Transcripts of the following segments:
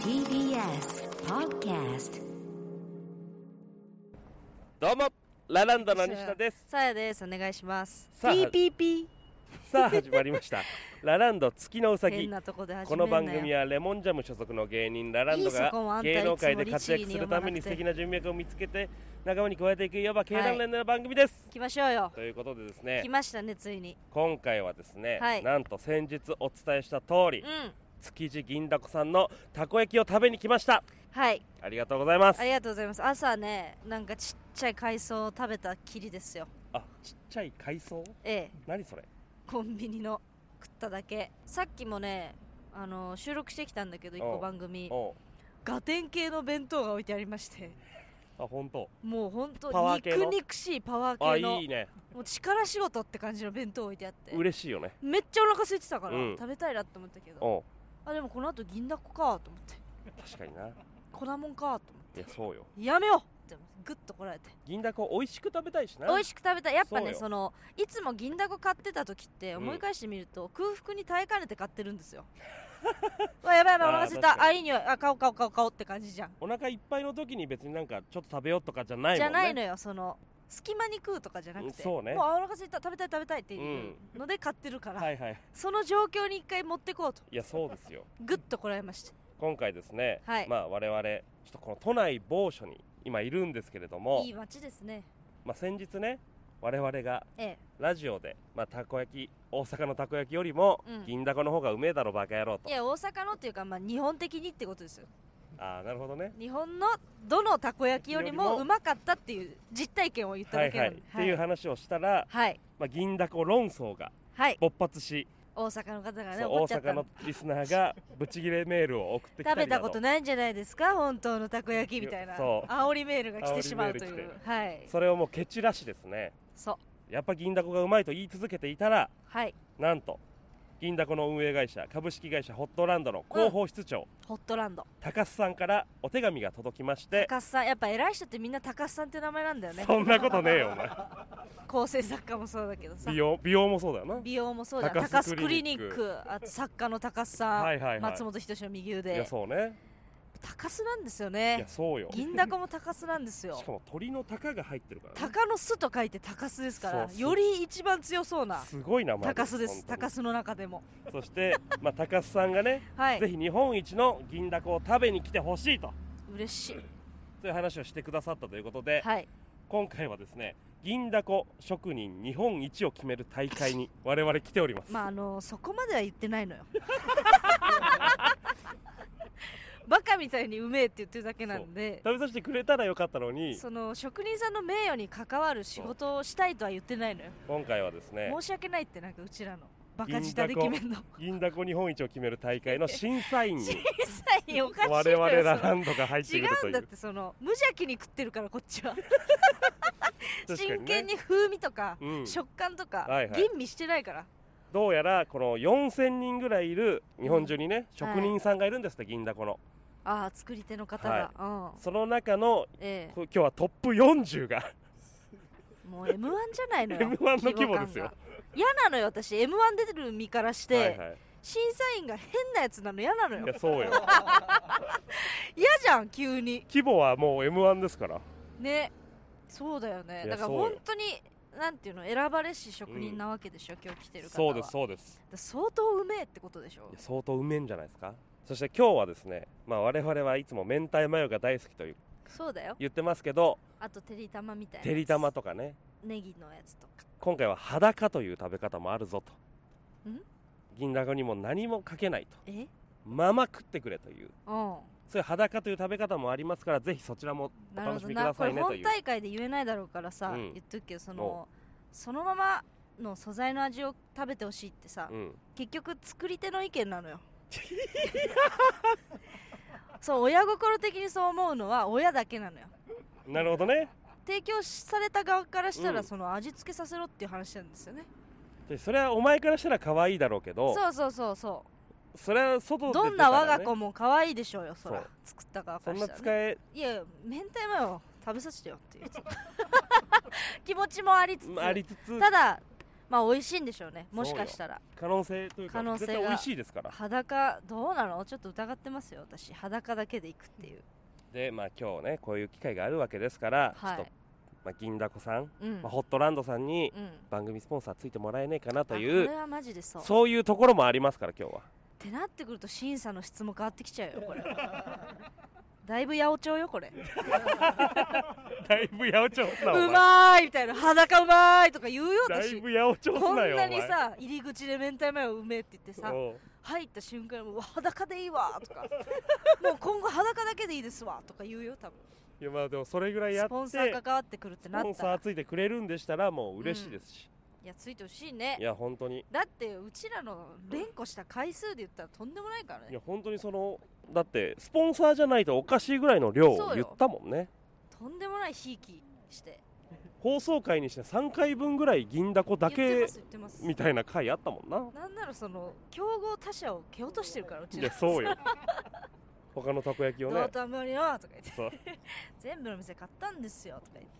TBS Podcast どうもラランドの西田ですさやです。お願いします。さあ PPP さあ始まりました ラランド月のうさぎ変なとこで始こめのんなよ。番組はレモンジャム所属の芸人ラランドいいそこもあがんた芸能界でいつも活躍す律儀にる読たまなくてめに素敵な人脈を見つけて仲間に加えていくいわば経団連の番組です、来ましょうよ。ということでですね来ましたねついに。今回はですね、はいなんと先日お伝えした通りうん。築地銀だこさんのたこ焼きを食べに来ましたはい。ありがとうございますありがとうございます。朝ねなんかちっちゃい海藻を食べたきりですよ。あちっちゃい海藻ええ。何それコンビニの食っただけ。さっきもねあの収録してきたんだけど一お個う番組おうガテン系の弁当が置いてありまして。あ本当もう本当パワー系の肉肉しいパワあー系のいいねもう力仕事って感じの弁当置いてあって嬉しいよねめっちゃお腹空いてたから、うん食べたいなって思ったけどおうあでもこの後銀だこかと思って確かにな粉もんかと思いやそうよってやめようって思ってグッとこらえて銀だこ美味しく食べたいしな美味しく食べたいやっぱそうねよそのいつも銀だこ買ってた時ってうん思い返してみると、空腹に耐えかねて買ってるんで すようわやばいやばいお腹空いたあー確かにあいい匂いあ買おう買おう買おう買おうって感じじゃん、お腹いっぱいの時に別になんかちょっと食べようとかじゃないもんねじゃないのよその隙間に食うとかじゃなくうんてそうねもうあお腹空いた食べたい食べたいっていうので買ってるから、はいはいその状況に一回持ってこうといやそうですよグッとこらえました今回ですね、はいまあ我々ちょっとこの都内某所に今いるんですけれどもいい街ですねまあ先日ね我々がええラジオで、まあ、たこ焼き大阪のたこ焼きよりもうん銀だこの方がうめえだろバカ野郎といや大阪のっていうか、まあ、日本的にってことですよああなるほどね日本のどのたこ焼きよりよりももうまかったっていう実体験を言ったはだいけは、ないのでっていう話をしたら、はいまあ、銀だこ論争がはい勃発し、大阪の方がねそう怒大っちゃった阪ののリスナーがブチギレメールを送ってきた食りべなたどことないんじゃないですか本当のたこ焼きみたいなそう煽りメールが来てしまうとい煽りメーうルはいそれをもうケチらしですねそうやっぱ銀だこがうまいと言い続けていたらはいなんと銀だこの運営会社株式会社ホットランドの広報室長、ホットランド高須さんからお手紙が届きまして、高須さんやっぱ偉い人ってみんな高須さんって名前なんだよねそんなことねえよお前構成作家もそうだけどさ美容美容もそうだよな美容もそうじゃん高須高須クリニクリニッックあと作家の高須さんはいはいはい松本人志の右いや腕そうね高須なんですよいねやそうよ銀だこも高須なんですよしかも鳥の鷹が入ってるから、ね、鷹の巣と書いて鷹巣ですからそうより一番強そうなすごい名前鷹巣です本当鷹に巣の中でもそして、まあ、高須さんがね、はいぜひ日本一の銀だこを食べに来てほしいと嬉しいそういう話をしてくださったということで、はい今回はですね銀だこ職人日本一を決める大会に我々来ております、まああのそこまでは言ってないのよ バカみたいにうめえって言ってるだけなんで食べさせてくれたらよかったのにその職人さんの名誉に関わる仕事をしたいとは言ってないのよ今回はですね申し訳ないってなんかうちらのバカ舌で決めんの 銀だこ日本一を決める大会の審査員に小さいおかしいの我よ々ラそのランドが入ってい違るとういんうだってその無邪気に食ってるからこっちは確か真ね剣に風味とか、うん食感とか、はいはい吟味してないからどうやらこの4000人ぐらいいる日本中にね、職人さんがいるんですって銀だこのああ作り手の方が、うんその中のええこ今日はトップ40がもう m 1じ ゃないのよ M1 の規模ですよ感が嫌なのよ私 m 1出てる身からして、はいはい審査員が変なやつなの嫌なのいよやそうよ嫌じゃん急に規模はもう m 1ですからねそうだよねいやだからそうよ本当になんていうの選ばれし職人なわけでしょ、今日来てる方そはうですそうですだから相当うめえってことでしょいや相当うめえんじゃないですかそして今日はですね、まあ、我々はいつも明太マヨが大好きというそうだよ言ってますけどあとてりたまみたいなやてつりたまとかねネギのやつとか今回は裸という食べ方もあるぞとん銀だこにも何もかけないとえまま食ってくれといううんそういう裸という食べ方もありますからぜひそちらもおなる楽ほしどみくなだこされいねと本いう大会で言えないだろうからさ、うん言っとくけどそおのそのままの素材の味を食べてほしいってさ、うん、結局作り手の意見な のよそう親心的にそう思うのは親だけなのよなるほどね提供された側からしたら、うんその味付けさせろっていう話なんですよねでそれはお前からしたら可愛いだろうけどそうそうそうそそれは外うでどんな我が子も可愛いでしょうよそそらう作った側かそらんしたなら、ね、使えいやいや明太マヨを食べさせてよっていう 気持ちもありつつまあありつつ ただまあ美味しいんでしょうねもしかしたら可能性というか可能性が絶対美味しいですから裸どうなのちょっと疑ってますよ私裸だけで行くっていうでまあ今日ねこういう機会があるわけですから、はちょっいと、まあ、銀だこさん、うんまあ、ホットランドさんにうん番組スポンサーついてもらえねえかなとあいこうれはマジでそうっそういうところもありますから今日はてなってくると審査の質も変わってきちゃうよこれだいぶ八百長よ これ だいぶ八百長すなお前うまーいみたいな裸うまーいとか言うよだい私ぶ八百長こすんなよなお前にさ入り口で明太マヨうめえって言ってさおう入った瞬間もうわ裸でいい わとかもう今後裸だけでいいですわとか言うよ多分いやまあでもそれぐらいやってスポンサー関わってくるってなスポっンたサらーついてくれるんでしたらもう嬉しいですし、いやついてほしいねいや本当にだってうちらの連呼した回数で言ったらとんでもないからいねや本当にそのだってスポンサーじゃないとおかしいぐらいの量をそう言よったもんねとんでもないひいきして放送回にして3回分ぐらい銀だこだ言けってます言みってたいな回あったもんなますなんならその競合他社を蹴落としてるからうちいらやそうよ他のたこ焼きをどねうとあんまりよとか言ってそう全部の店買ったんですよとか言って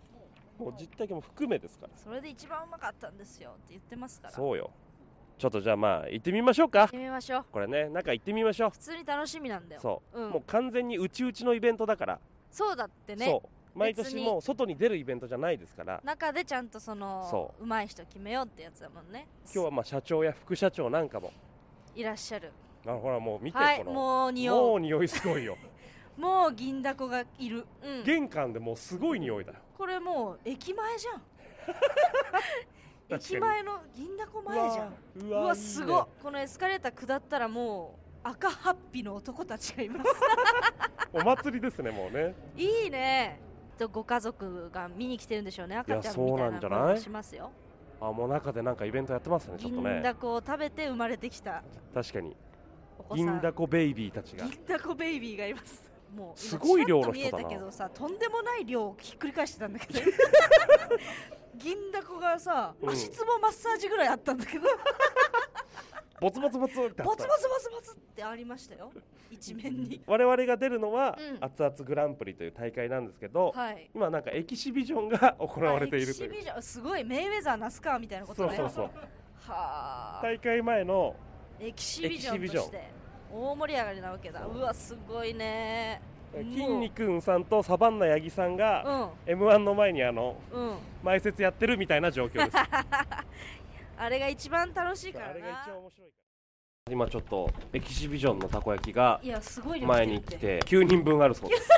もう実体験も含めですからそれで一番うまかったんですよって言ってますから行っそうよちょっとじゃあまあ行ってみましょうかてみましょうこれね中行ってみましょう普通に楽しみなんだよそう、うんもう完全にうちうちのイベントだから、そうだってねそう毎年別にもう外に出るイベントじゃないですから中でちゃんとそのそうまい人決めようってやつだもんね今日はまあ社長や副社長なんかもいらっしゃるあほらもう見て、はいこのもう匂うももう匂いすごい よう銀だこがいる、うん、玄関でもうすごい匂いだよこれもう駅 前じゃんに駅前の銀だこ前じゃんううわわうわいいねすごっこのエスカレーター下ったらもう赤ハッピーの男たちがいますお祭りですねもうねいいねとご家族が見に来てるんでしょうね赤ちゃんみそうたないんなじゃない声しますよあもう中でなんかイベントやってますねちょっと銀ねだこを食べて生まれてきた確かにお子さん銀だこベイビーたちが銀だこベイビーがいますもう今すごい量の人ちらっとだな見えたけどさとんでもない量をひっくり返してたんだけ ど銀だこがさうん足つぼマッサージぐらいあったんだけどボツボツボツってあったボツボツボツボツってありまし たよ一面に我々が出るのは、うん熱々グランプリという大会なんですけど、はい今なんかエキシビジョンが 行われているというエキシビジョンすごいメイウェザー那須川みたいなことそうねそうそうはあ、大会前のエキシビジョエキシビンジョンとして大盛り上がりなわけだうわすごいねもう筋肉さんとサバンナ八木さんうが、ん m 1の前にあのうん前説やってるみたいな状況ですあれが一番楽しいからあれが一な番面白いから今ちょっとエキシビジョンのたこ焼きがいやすごい量前るにって来て9人分あるそう です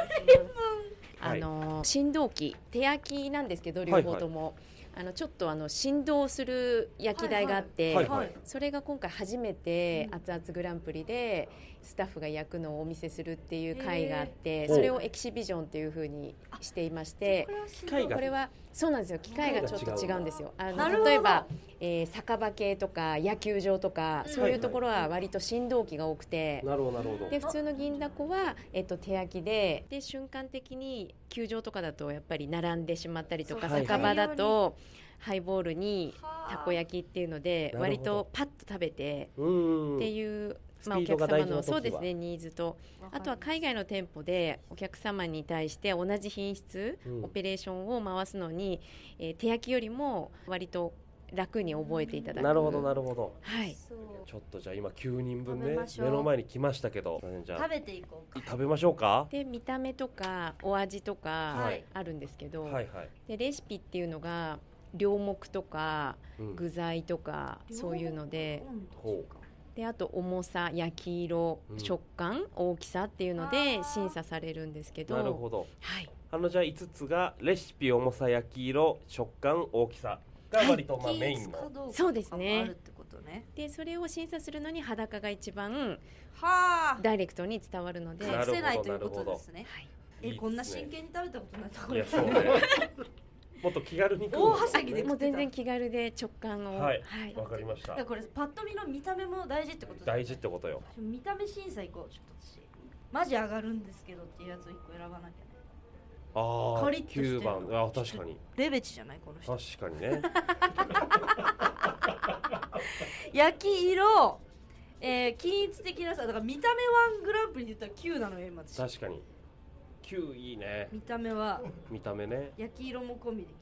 あの振動機手焼きなんですけどいはい両方とも、あのちょっとあの振動する焼き台があって、はいはいそれが今回初めてうん熱々グランプリでスタッフが焼くのをお見せするっていう会があって、へーそれをエキシビジョンっていうふうにしていまして機こ。れは械がこれはそうなんですよ機械がちょっと違うんですよあなるのほど例えば、えー酒場系とか野球場とかうんそういうところは割と振動機が多くて、なるほどなるほどで普通の銀だこは、えっと、手焼きでで瞬間的に球場とかだとやっぱり並んでしまったりとかそうか酒場だとハイボールにたこ焼きっていうのでなるほど割とパッと食べてうーんっていう、スピまあ、おード客が大様事なの時はそうですねニーズとあとは海外の店舗でお客様に対して同じ品質、うんオペレーションを回すのに、えー手焼きよりも割と楽に覚えていただく。なるほどなるほどはいちょっとじゃあ今9人分ね食べましょう目の前に来ましたけどじゃ食あべていこうか食べましょうかで見た目とかお味とかはいあるんですけど、はいはい、でレシピっていうのが両目とかうん具材とかそういうのでほであと重さ焼き色、うん食感大きさっていうのあでー審査されるんですけどなるほどはい、あのじゃあ5つがレシピ重さ焼き色食感大きさが割とまあメインのそうですねあるってことねでそれを審査するのに裸が一番はあダイレクトに伝わるので、なる隠ほどせないということですねはいいいえですねこんな真剣に食べたことないとこいろや そうねもっと気軽に大はしゃぎでもう全然気軽で直感を、はいわかりましだたからこれパッと見の見た目も大事ってことだよね大事ってことよちょ見た目審査行こうちょっと私マジ上がるんですけどっていうやつを一個選ばなきゃねああカリッとしてる9番あー確かにレベチじゃないこの人確かに ね焼き色えー、均一的なさだから見た目ワングランプリで言ったら9なのよ今私確かに9いいね見た目は見た目ね焼き色も込みで9こ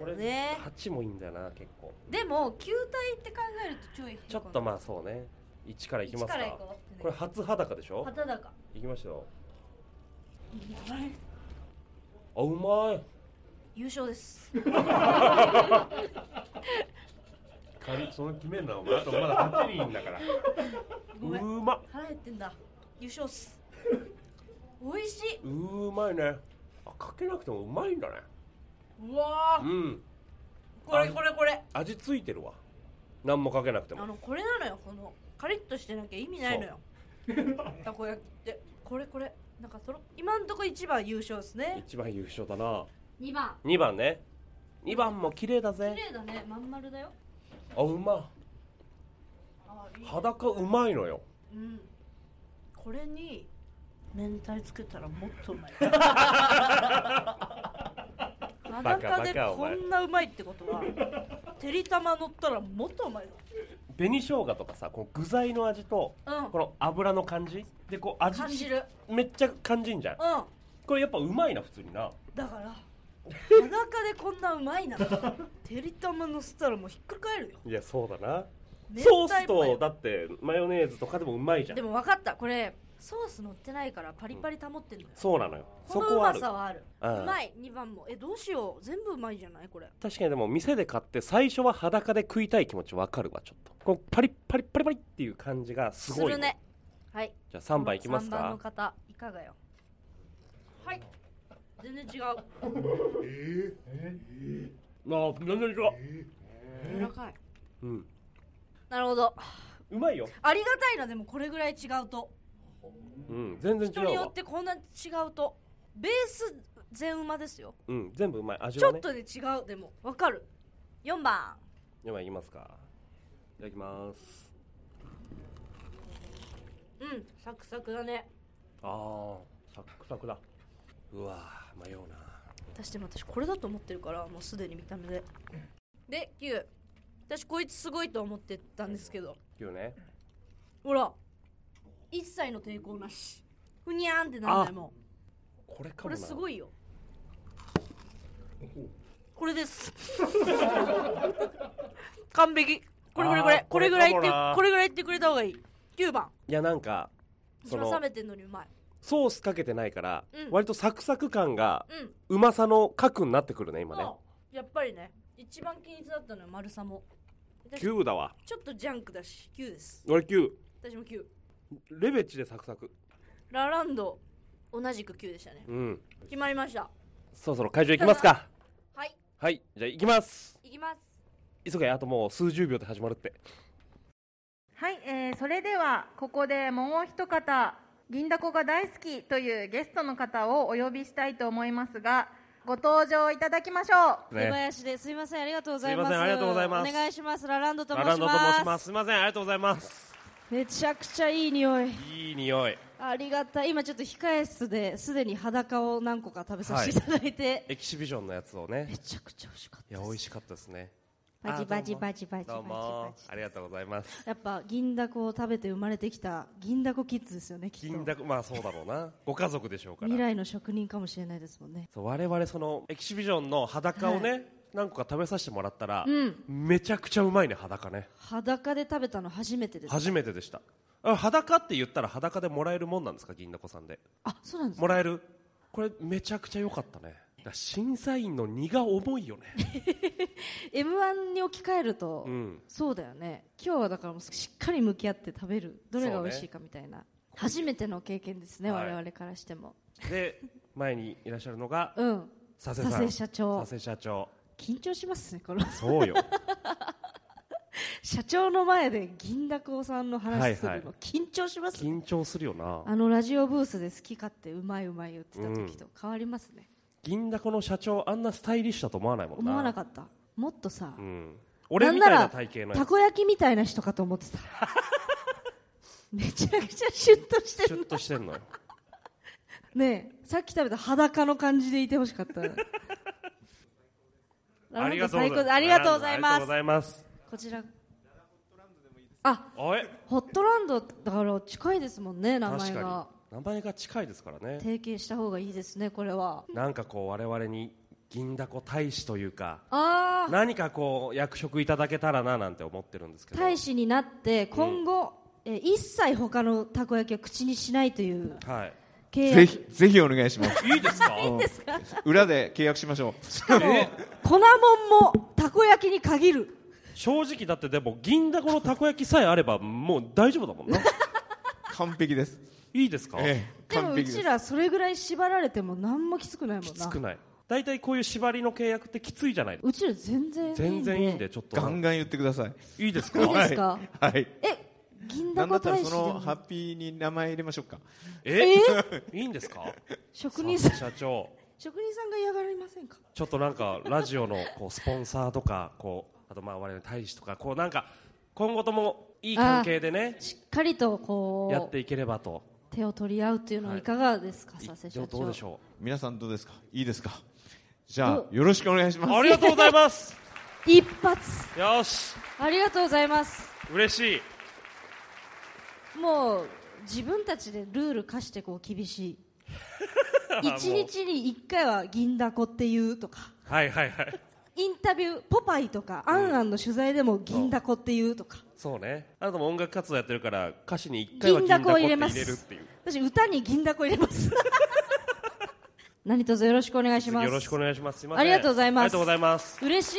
どれね8もいいんだよな結構でも球体って考えるとちょいちょっとまあそうね1からいきますか力いこうこれ初裸でしょ肌だかいきましょうあうまい優勝ですかりその決めんなお前あとまだ8人だからごめんうまっ腹減ってんだ優勝っす美味しいうーまいねあかけなくてもうまいんだねうわうーんこれこれこれ味ついてるわ何もかけなくてあものこれなのよこのカリッとしてなきゃ意味ないのよたこ焼きってこれこれなんかその今んとこ一番優勝ですね一番優勝だな2番2番ね2番も綺麗だ綺ぜ麗だねまん丸だよあうまあいい裸うまいのようんこれに明太つけたらもっとう まい裸でこんなうまいってことはてりたま乗ったらもっとうまい紅生姜とかさこの具材の味とだうんこの油の感じでこう味感じるめっちゃ感じんじゃんうんこれやっぱうまいな普通になだから裸でこんなうまいならてりたま乗せたらもうひっくり返るよいやそうだな明ソー太スパイとだってマヨネーズとかでもうまいじゃんでも分かったこれソース乗ってないからパリパリ保ってんのよ、そうなのよそこのこうはあまるさはあるうんうまい2番もえどうしよう全部うまいじゃないこれ確かにでも店で買って最初は裸で食いたい気持ちわかるわちょっとこのパリッパリッパリパリっていう感じがすすごいるねはいじゃあ3番いきます3番のか方いかがよはい全然違うあ全然違う柔らかいうんなるほどうまいよありがたいなでもこれぐらい違うとうん全然人に違うよわってこんな違うとベース全うまですようん全部うまい味ちはょっねとで違うでもわかる4番ではいきますかいただきますうんサクサクだねあーサックサクだうわー迷うな私でも私これだと思ってるからもうすでに見た目でで9私こいつすごいと思ってたんですけど9ねほら一切の抵抗なしふにゃーんってなんないもんこれかこもなれすごいよこれです 完璧これこれこあれーこれぐらい言こっれてかもなこれぐらい言ってくれた方がいい9番いやなんか一そ番の冷めてんのにうまいソースかけてないから、うん割とサクサク感がうんうまさの核になってくるね今ねそうやっぱりね一番均一だったのは丸さも私9だわちょっとジャンクだし9です俺9私も9レベチでサクサクラランド同じく9でしたねうん決まりましたそろそろ会場行きます かはいはいじゃあ行きます行きます急げあともう数十秒で始まるってはい、えーそれではここでもう一方銀だこが大好きというゲストの方をお呼びしたいと思いますがご登場いただきましょう出林です。すいません、ありがとうございます。すいませんありがとうございますお願いします。ラランドと申ラしラます。ンドと申しますすいませんありがとうございますめちゃくちゃいい匂い。いい匂いありがたい。今ちょっと控え室ですでに裸を何個か食べさせていただいて、エキシビジョンのやつをね めちゃくちゃ美味しかっいたやで美す。味しかったですねバジバジバジバジバジバジどうもありがとうございますやっぱ銀だこを食べて生まれてきた銀だこキッズですよね。きっ金とだこまあそうだろうなご家族でしょうから未来の職人かもしれないですもんね。そう我々そのエキシビジョンの裸をね、何個か食べさせてもらったら、うんめちゃくちゃうまいね裸ね裸で食べたの初めてです。初めてでしたあ裸って言ったら裸でもらえるもんなんですか銀だこさんであ、そうなんですか。もらえるこれめちゃくちゃ良かったねだから審査員の荷が重いよね M1 に置き換えると、うんそうだよね今日はだからもうしっかり向き合って食べるどれが美味しいかみたいな、初めての経験ですね、はい我々からしてもで前にいらっしゃるのがうん佐世さ佐ん世社長佐世社長緊張しますねこのそうよ社長の前で銀だこさんの話するの、はいはい緊張します緊張するよなあのラジオブースで好き勝手うまいうまい言ってた時と変わりますね、銀だこの社長あんなスタイリッシュだと思わないもんな思わなかったもっとさ、うん、俺みたいな体型のんやなつらたこ焼きみたいな人かと思 ってためちゃくちゃシュッとしてシるュッとしてんのよねえさっき食べた裸の感じでいてほしかった ありがとう最ござい高ます。ありがとうございありがまとうすございます。こちらあおい、ホットランドだから近いですもんね名前確がかに名前が近いですからね。提携した方がいいですねこれはなんかこう我々に銀だこ大使というかああ何かこう役職いただけたらななんて思ってるんですけど大使になって今後、えー一切他のたこ焼きを口にしないというはい契約ぜひぜひお願いしますいいです か裏で契約しましょしかも粉もんもたこ焼きに限る正直だってでも銀だこのたこ焼きさえあればもう大丈夫だもんな う完璧です、いいですか、ええ、で完もう璧でちすらそれぐらい縛られても何もきつくないもんなきつくない大体こういう縛りの契約ってきついじゃないですかうちら全然いいんで全然いいんでちょっとガンガン言ってくださいいいですかいいですかはい、はい、え銀なだんだっこたら大使そでものハッピーに名前入れましょうかえいいんですか職人さん社長職人さんが嫌がりませんかちょっとなんかラジオのこうスポンサーとかこうあとまあ我々の大使とかこうなんか今後ともいい関係でねしっかりとこうやっていければと手を取り合うっていうのははいいかがですか、佐世ど社う長どうでしょ皆さんどうですかいいですかじゃあどよろしくお願いしまうすありがとうございます一発よしありがとうございます嬉しいもう自分たちでルール課してこう厳 しい一日に一回は銀だこっていうとかはいはいはいインタビューポパイとか、アンアンの取材でも銀だこっていうとかそうねあなたも音楽活動やってるから歌詞に一回は銀だこって入れるっていう私歌に銀だこ入れます 何卒よろしくお願いしますよろしくお願いしますすいませんありがとうございますありがとうございます嬉しい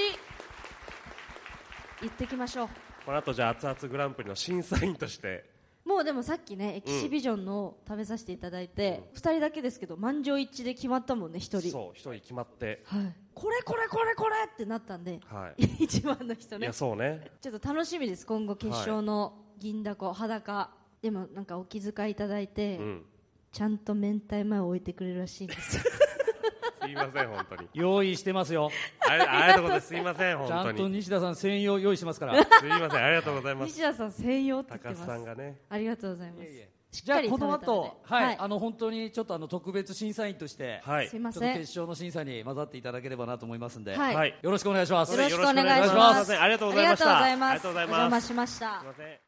行ってきましょうこの後じゃあ熱々グランプリの審査員としてもうでもさっきねエキシビジョンの食べさせていただいて、二人だけですけど満場一致で決まったもんね一人、そう一人決まってはい、これこれこれこれってなった んではい一番の人いねやそうねちょっと楽しみです今後決勝の銀だこ裸でもなんかお気遣いいただいて、うんちゃんと明太前を置いてくれるらしいんですよすいません本当に用意してますよあり ありがとうございますすいませんち本ゃ当んとに西田さん専用用意してますからすいませんありがとうございます西田さん専用って言って高須ますさんがねありがとうございますしっじゃかありこ食べのたので後はい、はいあの本当にちょっとあの特別審査員として、はいすいまちょっとせ決ん勝の審査に混ざっていただければなと思いますんで、はい、はいよろしくお願いしますよろしくお願いしよろしくお願いしまますすありがとうございましたありがとうございありがとうございますお邪ま魔すしましたすいません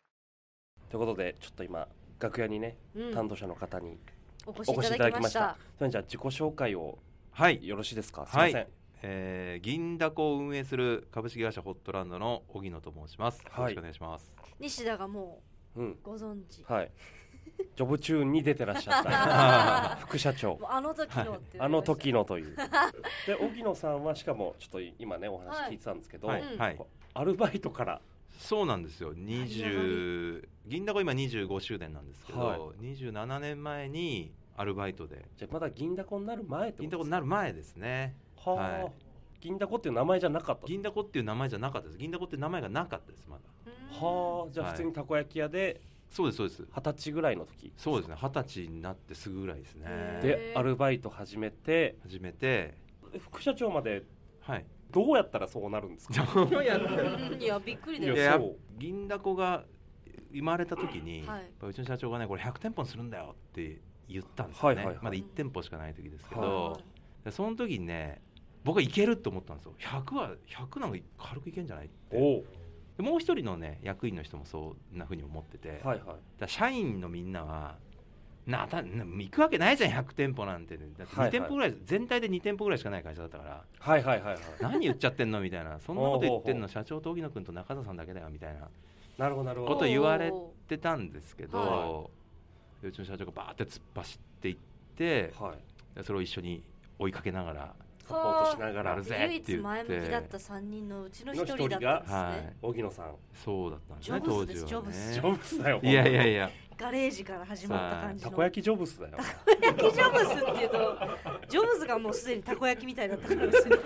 ということでちょっと今楽屋にね、うん担当者の方にお越しおい越したいただだききままししたたそれじゃあ自己紹介をはい、よろしいですかすいまはせいんえー、銀だこを運営する株式会社ホットランドの荻野と申します、はいよろしくお願いします西田がもうんうご存知はいジョブチューンに出てらっしゃった副社長もうあの時のって言われましたあの時のというで荻野さんはしかもちょっと今ねお話聞いてたんですけど、はい、うんはい、アルバイトからそうなんですよ20銀だこ今25周年なんですけど、はい27年前にアルバイトでじゃあまだ銀だこになる前って銀こだとですこにかなる前ですねはあ、はい銀だこっていう名前じゃなかった銀だこっていう名前じゃなかったです銀だこっていう名前がなかったですまだはあじゃあ普通にたこ焼き屋でそうですそうです二十歳ぐらいの時そうですね二十歳になってすぐぐらいですねへでーアルバイト始めて始めて副社長まで はいどうやったらそうなるんですかうんいやびっくりだいよいややそう銀だこが生まれた時に、はいやっぱうちの社長がねこれ100店舗にするんだよって言ったんですよね、はいはいはいまだ1店舗しかない時ですけはど、でその時にね僕はいけると思ったんですよ100は100なんか軽くいけんじゃないっ ておうでもう一人のね役員の人もそんなふうに思ってて、だかはいはいら社員のみんなはなたな行くわけないじゃん100店舗なんて、ね、だってはいは2い店舗ぐらい、全体で2店舗ぐらいしかない会社だったからはいはいはいはい何言っちゃってんのみたいなそんなこと言ってんほうほうほうの社長と荻野君と中田さんだけだよみたいななるほどなるほこどと言われおーってたんですけど、はでうちの社長がバーって突っ走っていってはいでそれを一緒に追いかけながらサポートしながやらるぜ唯って一言前っ向きだったて3人のうちの1人だったんですね、はい荻野さんそうだったんですねジョ当ブズで時すはジねョブスだよいやいやいやガレージから始まった感じたのこ焼きジョブスだよたこ焼きジョブズっていうとジョブズがもうすでにたこ焼きみたいだったか らですね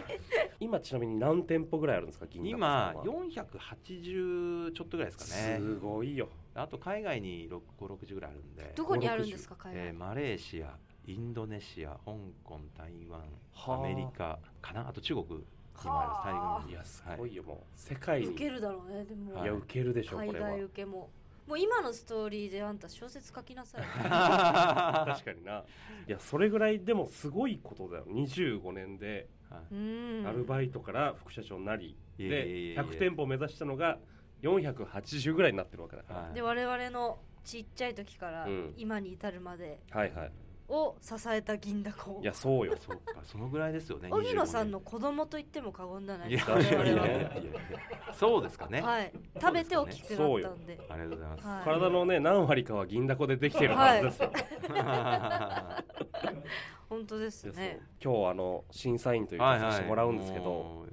今ちなみに何店舗ぐらいあるんですか銀だこ今さんは480ちょっとぐらいですかねすごいよあと海外に6 560ぐらいあるんでどこにあるんですか海外、えーマレーシアインドネシア香港台湾はあアメリカかなあと中国にもありはあますいやすごはいよもう世界に受けるだろうねでも、はいや受けるでしょ海これは外受けももう今のストーリーであんた小説書きなさい 確かにないやそれぐらいでもすごいことだよ25年ではういんアルバイトから副社長になり、いえいえいえいでえ100店舗目指したのが480ぐらいになってるわけだから、はいで我々のちっちゃい時からうん今に至るまではいはいを支えた銀だこいやそうよそうかそのぐらいですよね荻野さんの25子供と言っても過言じゃない年いでやすいかや我いやい々やはい やそうですかね、はい食べて大きくなったんでありがとうござ います、はい体のね何割かは銀だこでできてるはずですよ、本当ですですね今日あの審査員というかさせてもらうんですけど、もうフ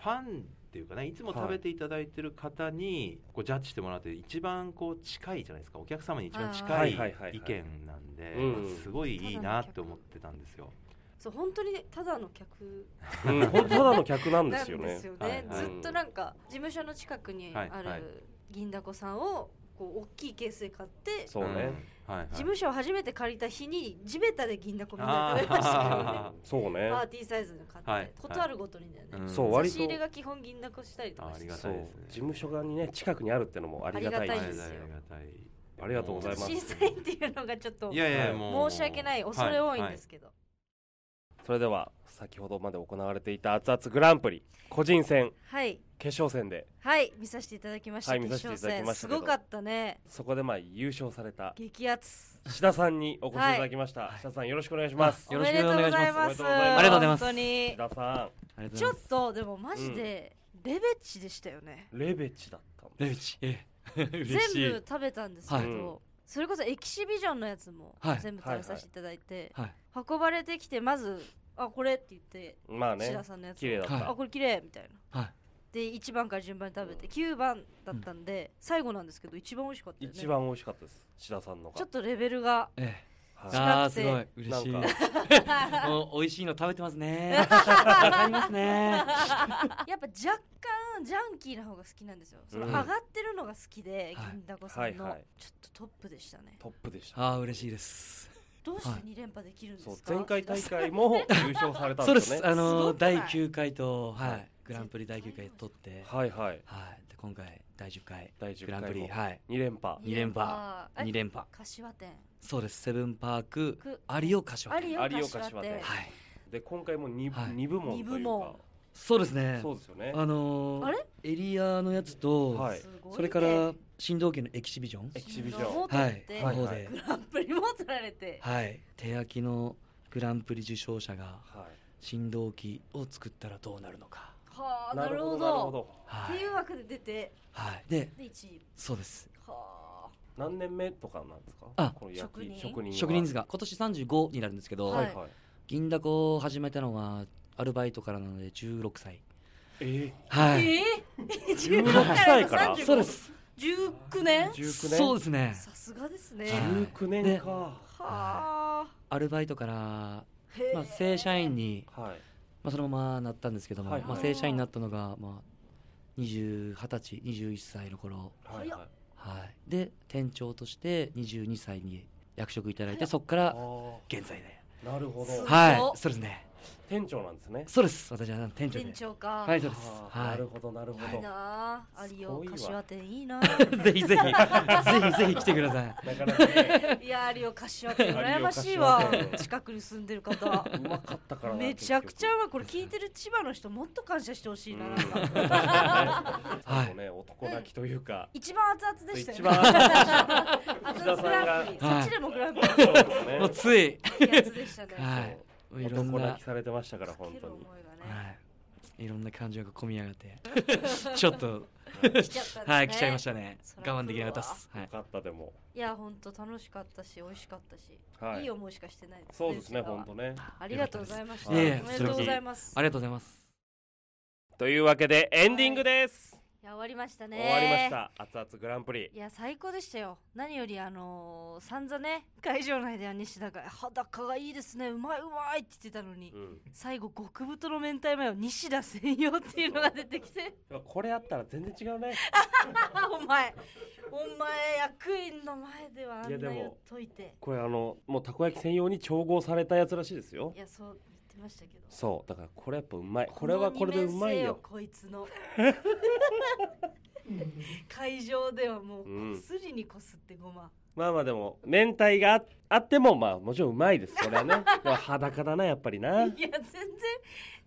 ァンっていうかねいつも食べていただいてる方にこうジャッジしてもらうって一番こう近いじゃないですかお客様に一番あー近はいいはいはいはい意見なんでうんすごいいいなって思ってたんですよ。そう本当にねただの客うん、ほんとただの客なんでなんすよでねすよはいはねいずっとなんか事務所の近くにあはいはいる銀だこさんをこう大きいケースで買ってそうね、うん。はいはい事務所を初めて借りた日に地べたで銀だこみんなあで食べましたけどねーそうねパーティーサイズの買って、はいことあるごとにだよね、うんそう差割しと入れが基本銀だこしたりとかあしりてがそたいうですね。事務所側にね近くにあるってのもありがたいあでりすがたいですよありがたいありがとうございます審査員っていうのがちょっといやいや、はいもう申し訳ない恐れ多いんですけど、それでは先ほどまで行われていた熱々グランプリ個人戦はい、はい決勝戦で見させていただきました、はい見決させて勝いただき戦ましたすけどごかったねそこでまあ優勝された激アツ志田さんにお越しいただきました、志田さんよろしくお願いしますよろしくお願おめでとういしますございますありがとうございます本当に志田さありがちとょうごっざいますとでもマジでレベチでしたよね、んレベチだったんでレビチええ嬉しい全部食べたんですけど、はいうんそれこそエキシビジョンのやつもはい全部食べさせていただいて、はい運ばれてきてまずあこれって言ってまあ志ね田さんのやつを綺麗だった、はいあこれ綺麗みたいな、はいで1番から順番に食べて9番だったんで、最後なんですけど一番美味しかったよね一番美味しかったです志田さんのがちょっとレベルがえはえいあ近あすくてごい嬉しいなんかもう美味しいの食べてますねわかりますねやっぱ若干ジャンキーな方が好きなんですよそのうん上がってるのが好きで、はい銀だこさんの、はいはいちょっとトップでしたねトップでしたああ嬉しいですどうしてはい2連覇できるんでそうすか、前回大会も優勝されたそんうでですよすねあすごのくない第9回とははいグランプリ第9回取ってはいはいはいで今回第10回第グ10ランプ回リもはい2連覇二連覇え2連覇柏店そうですセブンパークく有岡賞あはいり有よ岡柏柏店店で今回も 2,、はい二部門という二か部門そうですねそうですよねあのーあれエリアのやつと、はいすごいねそれから新道家のエキシビジョンエキシビジョンもうは取っいて、の方はいでグランプリも取られて、はい手焼きのグランプリ受賞者がは新道記を作ったらどうなるのかはあいななるるほほどどなるほどはっいていう枠で出てはいでで1位そうですは何年目とかなんですかあこの焼き職職人は職人図が今年35になるんですけど、はいははいい、銀だこを始めたのはアルバイトからなので16歳えあ、はい、ええー、 16 16歳から35そうです19年19年そうですねさすがですはねい19年かははアルバイトから、あまへえあ、正社員に、い、まあ、そのままなったんですけども、はいはいまあ、正社員になったのが、まあ、20 20歳21歳の頃、はいはいはい、で店長として22歳に役職いただいてそこかあらー現在で、なるほすどはいそうですね店長なんですねそうです私は店長で店長か、、はいいそうですあーはないるほどなるほいどななあ有すごいオわ柏店いいな ぜひぜひ、ぜひぜひ来てください。かなかねいや有オ柏店羨ましいわ有岡柏店近くに住んで る方うまかったからなめちゃくちゃ結うまいこれ聞いてる千葉の人もっと感謝してほしいななん局うん確かかにね最後ね男泣きというか、一番熱々でしたよ一ね番熱々 熱々グランプリ田さんがそっちでもグランプそうですねもうつい、リってやつ でしたねはい、もういろん男な泣き、されてましたからか本け当るに思いがねはい、いろんな感情が込み上がって、ちょっと、来ちゃったんですねはい、来ちゃいましたね。そら来るわ我慢できなかったです。はよい。かったでもいや本当楽しかったし美味しかったし、、はいいい思いしかしてないですねそうですねうちらは本当ねありがとうございましたおいえいえめでとうございますありがとうございます。というわけでエンディングです、いや終わりましたね終わりました熱々グランプリいや最高でしたよ何よりあのー、散々ね会場内では西田が裸がいいですねうまいうまいって言ってたのに、うん最後極太の明太マヨ西田専用っていうのが出てきてこれあったら全然違うねあお前お前役員の前ではあんないやでも言っといてこれあのもうたこ焼き専用に調合されたやつらしいですよいやそう言ってましたけどそうだからこれやっぱうまいこれはこれでうまいよこの二面性こいつ の会場ではもうこすりにこすってごま、まあまあでも明太がああってもまあもちろんうまいですこれ はねでも裸だなやっぱりないや全然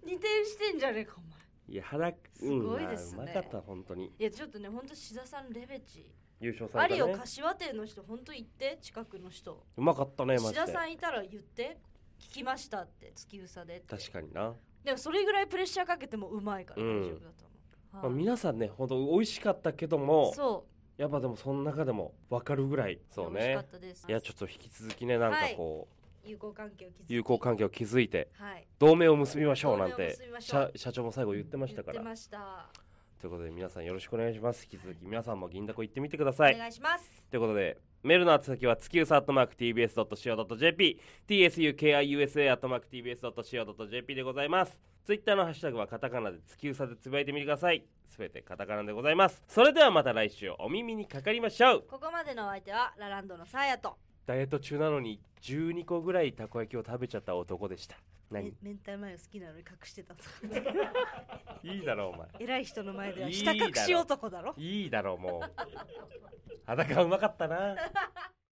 二点してんじゃねえかお前いや裸すごいですねうんまあうまかった本当にいやちょっとねほんと志田さんレベチ優勝さマれリたオね柏店の人本当言って近くの人うまかったねマ志ジで田さんいたら言って聞きましたって月うさでって確かにな、でもそれぐらいプレッシャーかけてもうまいからうん大丈夫だとまあ、思う、はい皆さんね本当美味しかったけどもそやっぱでもその中でも分かるぐらいうそう美味しかねったですいやちょっと引き続きねなんかこう、友好関係を築き友好関係を築いてはい同盟を結びましょうなん同盟をて結びましょ社う社長も最後言ってましたか言らってましたということで皆さんよろしくお願いします引き続き皆さんも銀だこ行ってみてください、お願いしますということでメールの宛先は月うさ atmarktbs.co.jp tsukiusa atmarktbs.co.jp でございますツイッターのハッシュタグはカタカナで月うさでつぶやいてみてくださいすべてカタカナでございますそれではまた来週お耳にかかりましょうここまでのお相手はラランドのサーヤとダイエット中なのに12個ぐらいたこ焼きを食べちゃった男でした何め明太マヨ好きなのに隠して たいいだろうお前偉い人の前ではいい下隠し男だろいいだろうもう裸うまかったな